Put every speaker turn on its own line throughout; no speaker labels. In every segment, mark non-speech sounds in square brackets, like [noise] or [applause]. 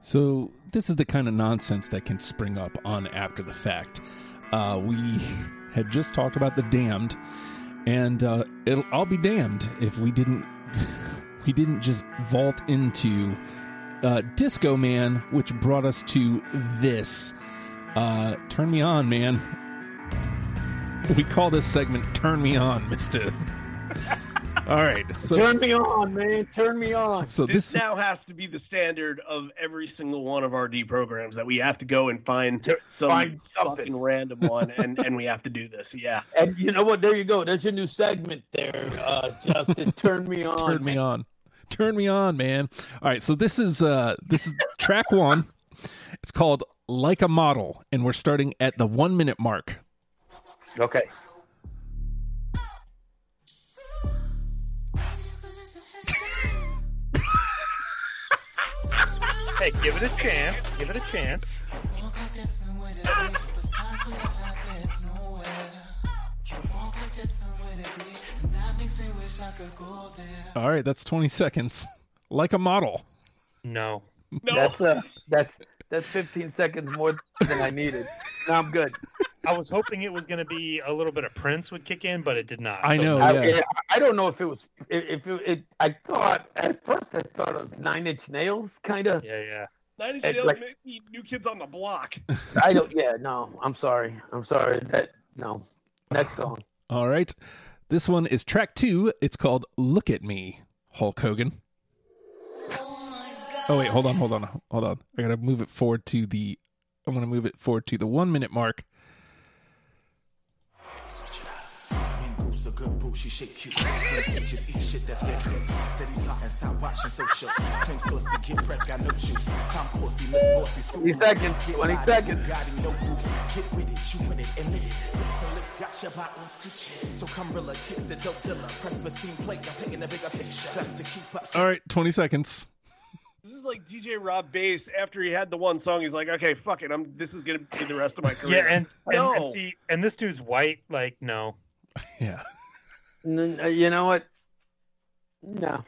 So, this is the kind of nonsense that can spring up on after the fact. Uh, we [laughs] had just talked about the damned, and uh, it'll, I'll be damned if we didn't [laughs] we didn't just vault into uh, Disco Man, which brought us to this. Uh, Turn me on, man. [laughs] We call this segment "Turn Me On," Mister. [laughs] All right, so
turn me on, man. Turn me on.
so
this
this
now has to be the standard of every single one of our D programs that we have to go and find some
Find
something.
something.
random one, and and we have to do this. [laughs] Yeah,
And you know what? There you go. There's your new segment there, uh, Justin. Turn me on.
turn me on turn me on man all right so this is uh this is [laughs] track one it's called like a model and we're starting at the one minute mark
okay.
Hey, give it a chance. Give it a chance.
all right that's 20 seconds [laughs] like a model
No.
No,
That's uh, that's that's 15 seconds more than I needed. Now I'm good.
I was hoping it was going to be a little bit of Prince would kick in, but it did not.
I
So-
know. Oh,
I,
yeah.
I don't know if it was if it, it. I thought at first I thought it was Nine Inch Nails, kind of.
Yeah, yeah.
Nineties
It's
Nails
like-
may be new kids on the block.
I don't. Yeah, no. I'm sorry. I'm sorry. That no. Next song.
all right this one is track two it's called look at me hulk hogan oh wait hold on hold on hold on i gotta move it forward to the i'm gonna move it forward to the one minute mark
Mingles a good boo, she shake you. Bitches eat shit that's their trip. Steady plotting, stop watching social. Claim saucy, get pressed, got no juice. Tom Corsi, Miss Bossy, school.
20 seconds. 20 seconds.
Got no rules. Get with it, you in it, admit it. Lips and lips got your bottom switch. So come rilla, kiss the dope dealer. Press the scene plate, I'm painting a bigger picture. That's to keep up.
all right 20 seconds
This is like DJ Rob Bass after he had the one song. He's like, okay, fuck it. I'm. This is gonna be the rest of [laughs] my career.
Yeah, and, and, and
No.
see, and this dude's white. Like, no.
yeah [laughs]
N- uh, You know what? No.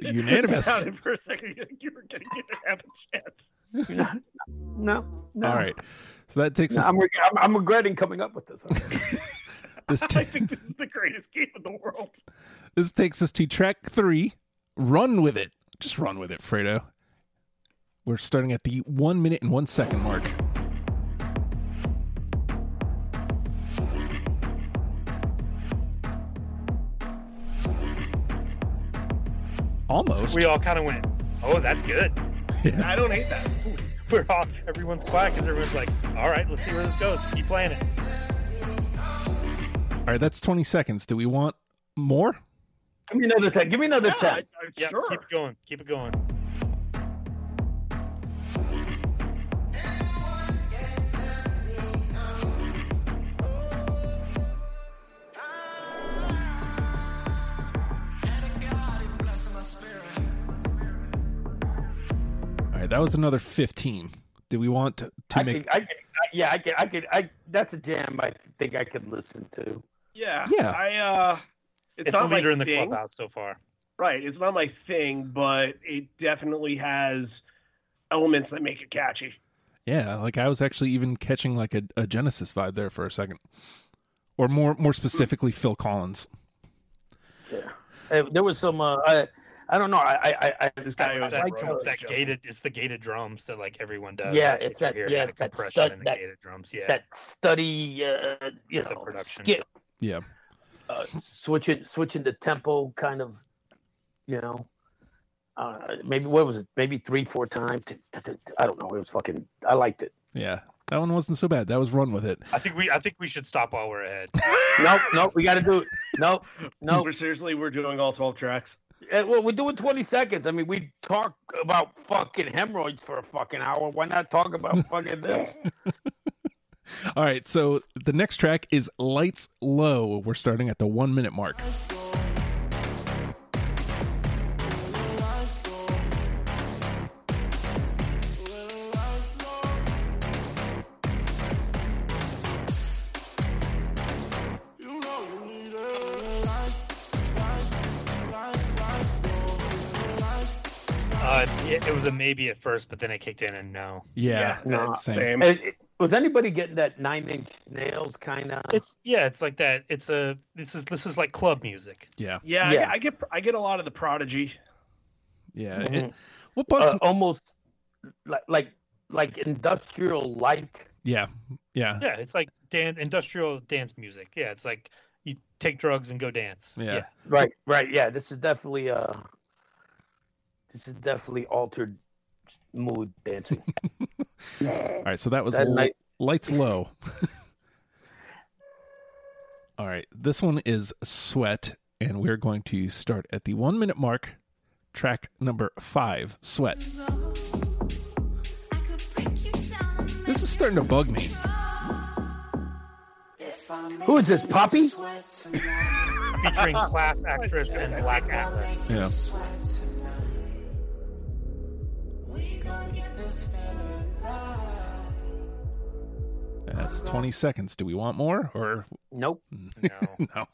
unanimous
Sounded for a second like you were gonna give it half a chance. [laughs]
No. No. no.
all right so that takes
No,
us
I'm, reg- I'm, I'm regretting coming up with
[laughs]
this.
this
I
ta-
think this is the greatest game in the world. [laughs]
This takes us to track three. Run with it. Just run with it, Fredo. We're starting at the one minute and one second mark. Almost.
We all kind of went, oh, that's good. [laughs]
I don't hate that.
We're all, everyone's quiet because everyone's like, all right, let's see where this goes. Keep playing it.
all right, that's 20 seconds. Do we want more?
Give me another ten. Give me another
Yeah, I,
ten.
I'm
Yeah,
Uh, sure.
keep it going. Keep it going.
All right, that was another 15. Do we want to, to
I
make.
could, I could, I, yeah, I could, I could, I. That's a jam. I think I could listen to.
Yeah.
Yeah.
I uh it's,
It's, a
not
leader
my
in the
thing.
clubhouse so far.
Right. It's not my thing, but it definitely has elements that make it catchy.
Yeah, like I was actually even catching like a, a Genesis vibe there for a second, or more more specifically Phil Collins.
Uh, There was some. Uh, I, I don't know. I, I, I.
This guy
I
owns
It's,
like
that,
road.
how-
it's that
Justin.
gated. It's the gated drums that like everyone does.
Yeah,
That's what
it's
you're
that-
hearing,
yeah,
the
that
compression
stud-
and the
that-
gated drums. Yeah,
That study. Uh, you
It's a
know,
production.
skip,
Yeah,
uh, switching, switching the tempo, kind of. You know. Uh, maybe what was it? Maybe three, four times. I don't know. It was fucking. I liked it.
yeah, that one wasn't so bad. That was run with it.
I think we I think we should stop while we're ahead.
Nope, nope. We got to do it. Nope, nope.
[laughs] We're seriously, we're doing all twelve tracks.
Uh, well, we're doing 20 seconds. I mean, we talk about fucking hemorrhoids for a fucking hour. Why not talk about fucking this?
All right, so the next track is Lights Low. We're starting at the one minute mark.
Uh, it, it was a maybe at first, but then it kicked in and no.
yeah,
no.
same.
same.
And it- Eh, was anybody getting that nine inch nails kind of?
It's yeah, it's like that. It's a this is this is like club music.
yeah,
Yeah,
Yeah.
I get- I, get I get a lot of the Prodigy.
yeah.
Mhm.
It- what bugs?
Uh, almost like like like industrial light.
yeah, yeah,
Uh-huh.
Yeah, it's like dan- industrial dance music. Yeah, it's like you take drugs and go dance.
Yeah.
Right, right. Yeah, this is definitely uh this is definitely altered mood dancing.
All right, so that was
That
l-
night-
lights low. [laughs] All right, this one is sweat, and we're going to start at the one minute mark. Track number five, sweat. This is starting to bug me.
Who is this, Poppy?
Featuring
[laughs]
class actress and black actress.
Yeah, that's twenty seconds. Do we want more or
Nope.
No.
no?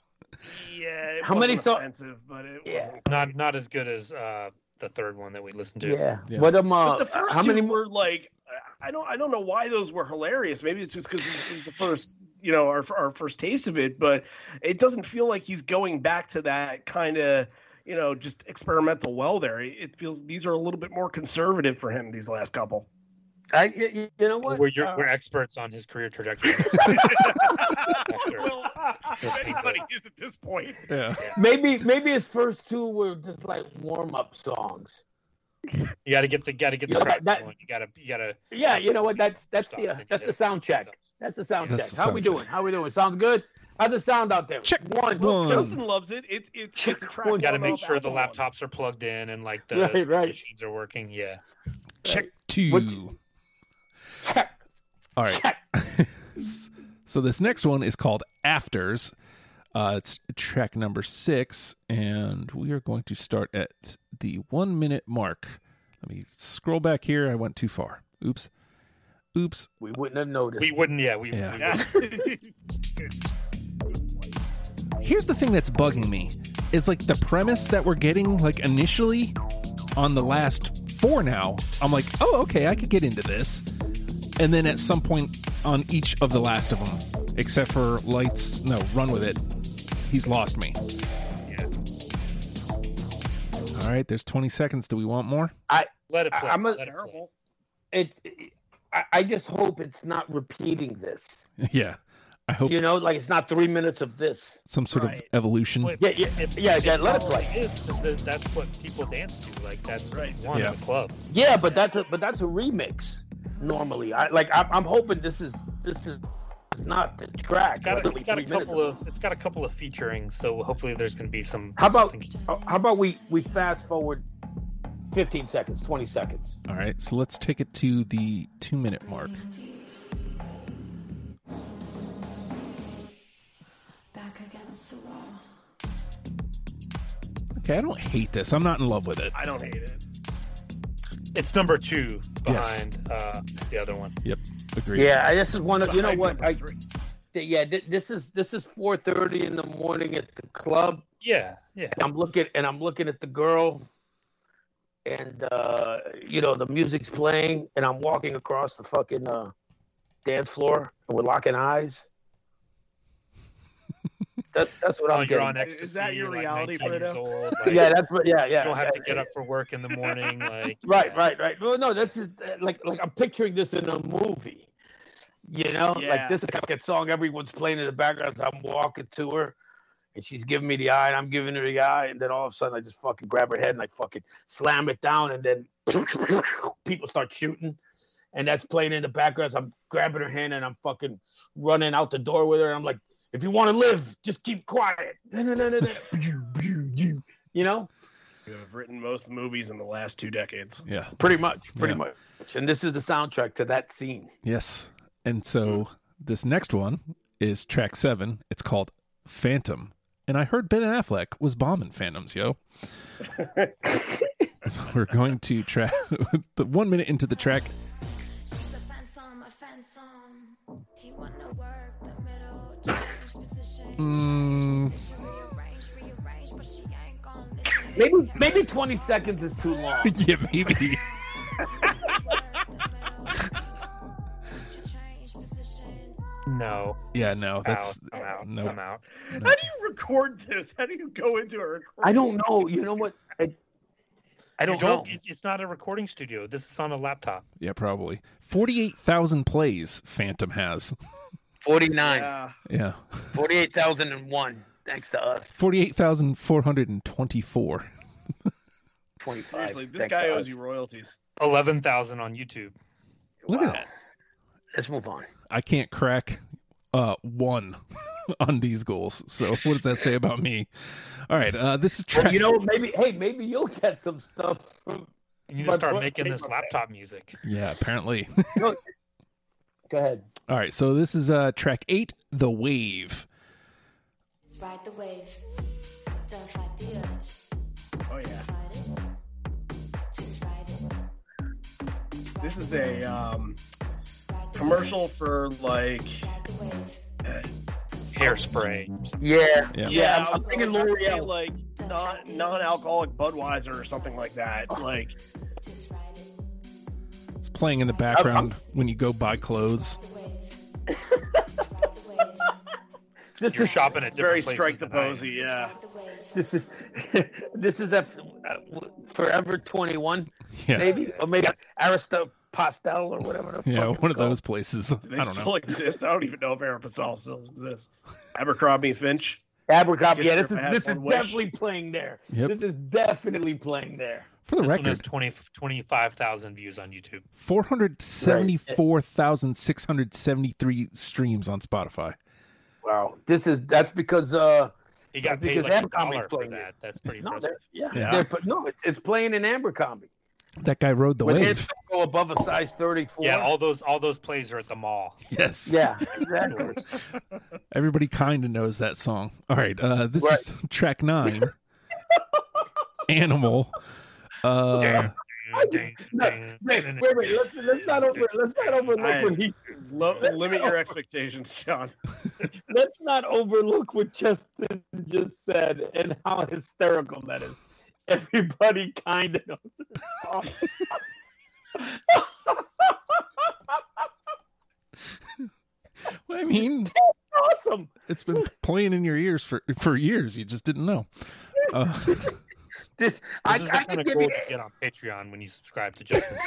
Yeah. It
How many
wasn't
so-
Offensive, but it
Yeah.
wasn't.
Not not as good as uh, the third one that we listened to.
Yeah.
Yeah.
What um
But
uh,
the first
how
two
many more
were like, I don't I don't know why those were hilarious. Maybe it's just because it was the first, you know, our our first taste of it. But it doesn't feel like he's going back to that kind of, you know, just experimental well. There, It- it feels these are a little bit more conservative for him. These last couple.
I, y- y- you know what?
We're, you're,
Uh,
we're experts on his
[laughs]
career trajectory.
[laughs]
After-
well, anybody is at this point.
Yeah,
maybe maybe his first two were just like warm up songs.
you got to get the got to get the
Yeah,
crowd
that-
going. You got to you got to.
Yeah, you know what? That's that's the uh,
Something
that's the
different.
sound check. That's the sound
That's
check.
the
How we
sound check.
doing? How we doing? Sounds good. How's the sound out there?
Check
one.
one.
[laughs] Justin loves it. It's it's it's a track.
Well,
Got to
one
make
off
sure the
Apple One.
laptops are plugged in and like the
Right, right.
machines are working. Yeah.
check two.
What- Check.
All right.
Check.
so this next one is called Afters. Uh, it's track number six, and we are going to start at the one minute mark. Let me scroll back here. I went too far. Oops. Oops.
We wouldn't have noticed.
We wouldn't. Yeah. We.
Yeah.
we
[laughs] Yeah.
Here's the thing that's bugging me is like the premise that we're getting like initially on the last four now. I'm like, oh okay, I could get into this. And then at some point on each of the last of them, except for lights, no, run with it. He's lost me.
Yeah.
All right, there's 20 seconds. Do we want more? [laughs]
Let it
I-
play.
I'm a-
let it play.
Terrible.
it's I, I just hope it's not repeating this
yeah. I hope
you know like it's not three minutes of this
some sort of
right.
evolution.
Wait,
yeah yeah
If-
yeah,
if
yeah let it
all
play
is, 'cause the- that's what people dance to. Like that's
Right.
one
Yeah.
in the club.
yeah but that's a but that's a remix normally i like i'm, I'm hoping this is this is not the track
It's got, a,
literally
it's got a
three minutes
couple
of
of it's got a couple of featuring, so hopefully there's going to be some.
How about-
something-
this. how about we we fast forward 15 seconds 20 seconds
All right, so let's take it to the 2 minute mark.
Back against the wall.
Okay, I don't hate this. I'm not in love with it.
I don't hate it.
it's number two
Yes.
behind uh, the other one.
Yep. Agreed.
yeah this is one of you know
Behind
what
number
I,
three.
yeah th- this is this is 4.30 in the morning at the club
Yeah, yeah.
I'm looking and I'm looking at the girl, and uh, you know the music's playing, and I'm walking across the fucking uh, dance floor, and we're locking [laughs] eyes. that, that's what
Oh,
I'm
you're
getting.
on
Is
ecstasy.
that your
you're, like,
reality,
19 years
[laughs]
Fredo?
old, like,
yeah, that's what. Yeah, yeah.
You don't have to
yeah,
get
yeah.
up for work in
[laughs]
the morning. Like
Right, right, right. Well, no, this is uh, like like I'm picturing this in a movie. You know,
Yeah.
like this is like a song everyone's playing in the background. I'm walking to her, and she's giving me the eye, and I'm giving her the eye, and then all of a sudden I just fucking grab her head and I fucking slam it down, and then [laughs] people start shooting, and that's playing in the background. So I'm grabbing her hand and I'm fucking running out the door with her, and I'm like, if you want to live, just keep quiet. [laughs] you know.
You have written most movies in the last two decades.
Yeah.
Pretty much, pretty
Yeah.
much. And this is the soundtrack to that scene.
Yes. And so this next one is track seven. It's called Phantom. And I heard Ben Affleck was bombing Phantoms, yo. so we're going to track [laughs] the one minute into the track. [laughs]
She's a fensom, a fensom. He wanna work the middle, change position.
Mm,
She rearrange, rearrange, but she ain't gonna listen.
Maybe maybe 20 seconds is too long.
yeah, maybe.
No.
Yeah, no, that's
That's out. I'm out.
no.
I'm out.
How do you record this? How do you go into a recording?
I don't know. You know what? I, I
You
don't know.
It's, it's not a recording studio. This is on a laptop.
yeah, probably forty-eight thousand plays. Phantom has.
49,
Yeah.
Yeah,
48,001. Thanks to us.
forty-eight thousand four hundred and twenty-four.
25.
Seriously, this
Thanks
guy
to
owes
us.
you royalties.
Eleven thousand on YouTube.
Look
Wow.
at that.
Let's move on.
I can't crack uh one [laughs] on these goals. So what does that say about me? All right, uh, this is
Well,
track.
[laughs] you know, maybe hey, maybe you'll get some stuff. From...
You need
But
to start
what-
making this laptop music.
yeah, apparently. [laughs]
Go ahead.
All right, so this is uh, track eight, "The Wave."
Ride the wave. Don't fight the urge.
Oh yeah.
Fight it. Just ride it.
This is a um, commercial for like
Ride the wave.
Hairspray.
Yeah.
Yeah.
yeah,
I'm-
I was
I'm thinking
about to say,
L'Oreal.
like non non-alcoholic Budweiser or something like that. Like
Just ride it.
It's playing in the background when you go buy clothes. [laughs]
The wave. Ride the wave.
This
You're
is
shopping at
it's very
different
strike
places
the
than I am.
posy. Yeah.
Ride the wave.
[laughs] This is this is a uh, forever 21
Yeah,
maybe or maybe Aristo Pastel or whatever. The
yeah,
fuck it's
one of
called.
those places.
Do
I
they
don't
still
know.
exist? I don't even know if Arapasal still exists. Abercrombie and Finch.
Abercrombie. Yeah,
Guess
this is
Griffin has
this is
one wish.
definitely playing there.
Yep.
This is definitely playing there.
For the
This one has
record,
20, 25,000 views on YouTube.
four hundred seventy-four thousand six hundred seventy-three streams on Spotify.
Wow. This is that's because uh
He
That's
got paid
because
like a
Abercrombie
dollar for
played it.
that. That's pretty
no,
impressive.
they're- yeah,
Yeah.
They're, but no, it's it's playing in Abercrombie.
That guy rode the
When
wave.
hits don't go above a size 34.
Yeah, all those all those plays are at the mall.
[laughs]
[laughs]
Yes.
yeah, exactly. [laughs]
[laughs]
Everybody kind of knows that song. All right. Uh, this
Right.
is [laughs] track nine.
[laughs]
Animal. Uh,
Ding,
No,
ding,
Wait,
ding,
wait, wait. Let's, let's not over. Let's not overlook
I-
what he.
Lo- limit your expectations, John.
Let's not overlook what Justin just said and how hysterical that is. Everybody kind of knows.
[laughs]
[laughs] this song.
I mean,
awesome.
it's been playing in your ears for for years. You just didn't know. Uh, [laughs]
This, I,
This is
I
the
can
kind of
give
gold
you.
you get on Patreon when you subscribe to Justin's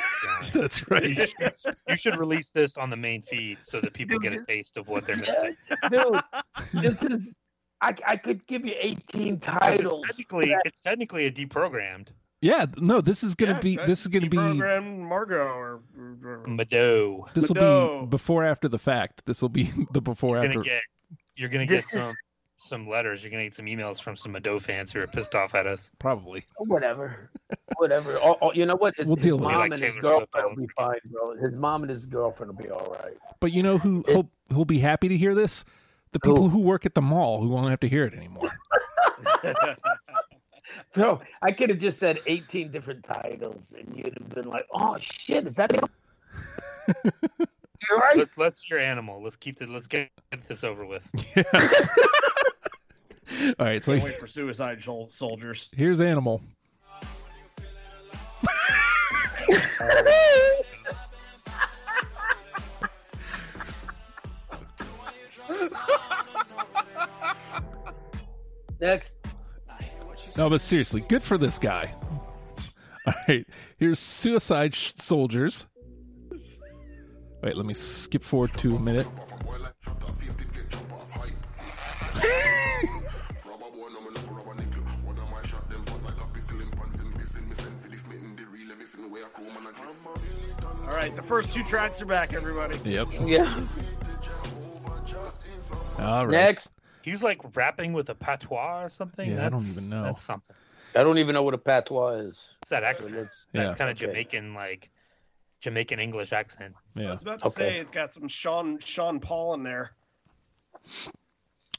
[laughs]
Patreon.
that's
You
right.
should, you should release this on the main feed so that people
Dude,
get a taste of what they're missing.
Yes,
[laughs]
dude, this is. I, I could give you 18 titles.
It's technically, it's technically a deprogrammed
Yeah. No. This is gonna
Yeah,
be.
that
This is gonna be.
program Margot or, or- or-
Mado.
This will be
Mado.
before after the fact. This will be [laughs] the before
You're
after.
gonna get, you're gonna get
This is-
some some letters. You're gonna get some emails from some Mado fans who are pissed off at us.
Probably.
oh,
Whatever, [laughs] whatever. Oh, oh, you know what? His,
We'll
his
deal with it.
mom
Like
and his
Taylor Swift,
girlfriend will
I'll-
be fine, bro. His mom and his girlfriend will be all right.
But you know who who'll, who'll be happy to hear this? The people who work at the mall who won't have to hear it anymore. [laughs] Mm.
[laughs]
Bro, I could have just said 18 different titles, and you'd have been like, "Oh shit, is that?" it?" You're right.
Let's let's hear animal. Let's keep the let's get this over with.
[laughs]
Yes. All right. So
Can't wait for Suicide Sol- Soldiers.
here's animal.
[laughs] Next,
No, but seriously, good for this guy. [laughs] All right, here's Suicide Sh- Soldiers. Wait, let me skip forward to a minute.
All right, the first two tracks are back, everybody.
Yep.
yeah,
All right.
next.
He's like rapping with a patois or something.
Yeah, I
That's-
don't even know.
That's something.
I don't even know what a patois is.
It's that
So
accent.
that's-
That
Yeah.
kind of
Okay.
Jamaican like Jamaican English accent.
I
Yeah.
was about to
Okay.
say it's got some Sean Sean Paul in there.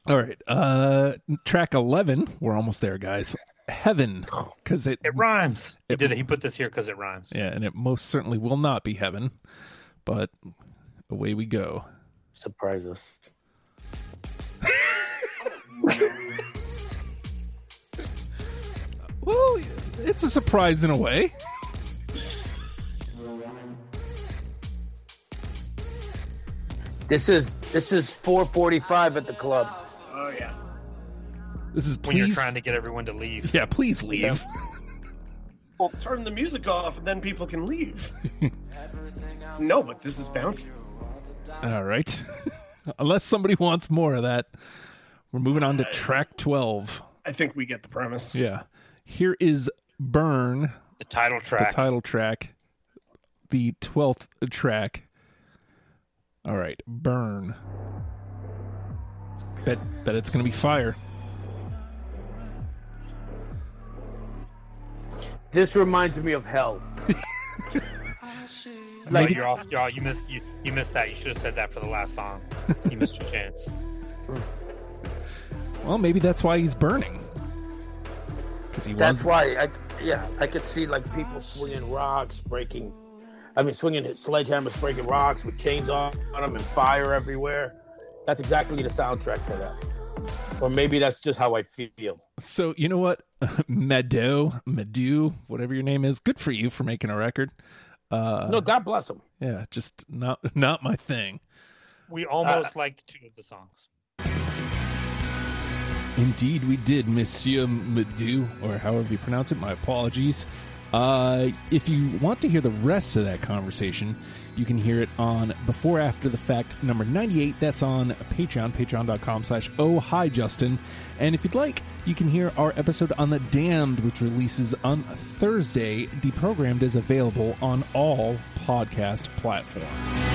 All right. Uh, track eleven. We're almost there, guys. Heaven, because it.
It rhymes. He
It-
did it. He put this here because it rhymes.
Yeah, and it most certainly will not be heaven, but away we go.
Surprise us.
Woo! it's a surprise in a way.
This is this is 4:45 at the club.
Oh yeah.
This is
when
please,
you're trying to get everyone to leave.
yeah, please leave.
Well, turn the music off, and then people can leave. no, but this is bouncy.
All right, [laughs] unless somebody wants more of that, we're moving on to track twelve.
I think we get the premise.
Yeah, here is "Burn,"
The title
the
track.
title track, the twelfth track. All right, "Burn." Bet bet it's gonna be fire.
This reminds me of hell.
No, you're off. You're off. You missed. You, you missed that. You should have said that for the last song. You missed your chance.
Well, maybe that's why he's burning. Because he
That's
was
why I yeah, I could see like people swinging rocks, breaking I mean swinging sledgehammers, breaking rocks with chains on them and fire everywhere. That's exactly the soundtrack to that. Or maybe that's just how I feel.
So you know what, [laughs] Meadow, Medu, whatever your name is, good for you for making a record. Uh,
No, God bless them.
yeah, just not not my thing.
[laughs] Uh,
We almost liked two of the songs.
Indeed, we did, Monsieur Medu, or however you pronounce it. My apologies. Uh, if you want to hear the rest of that conversation, you can hear it on Before After the Fact number 98. That's on Patreon, patreon.com slash oh hi Justin. And if you'd like, you can hear our episode on The Damned, which releases on Thursday. Deprogrammed is available on all podcast platforms.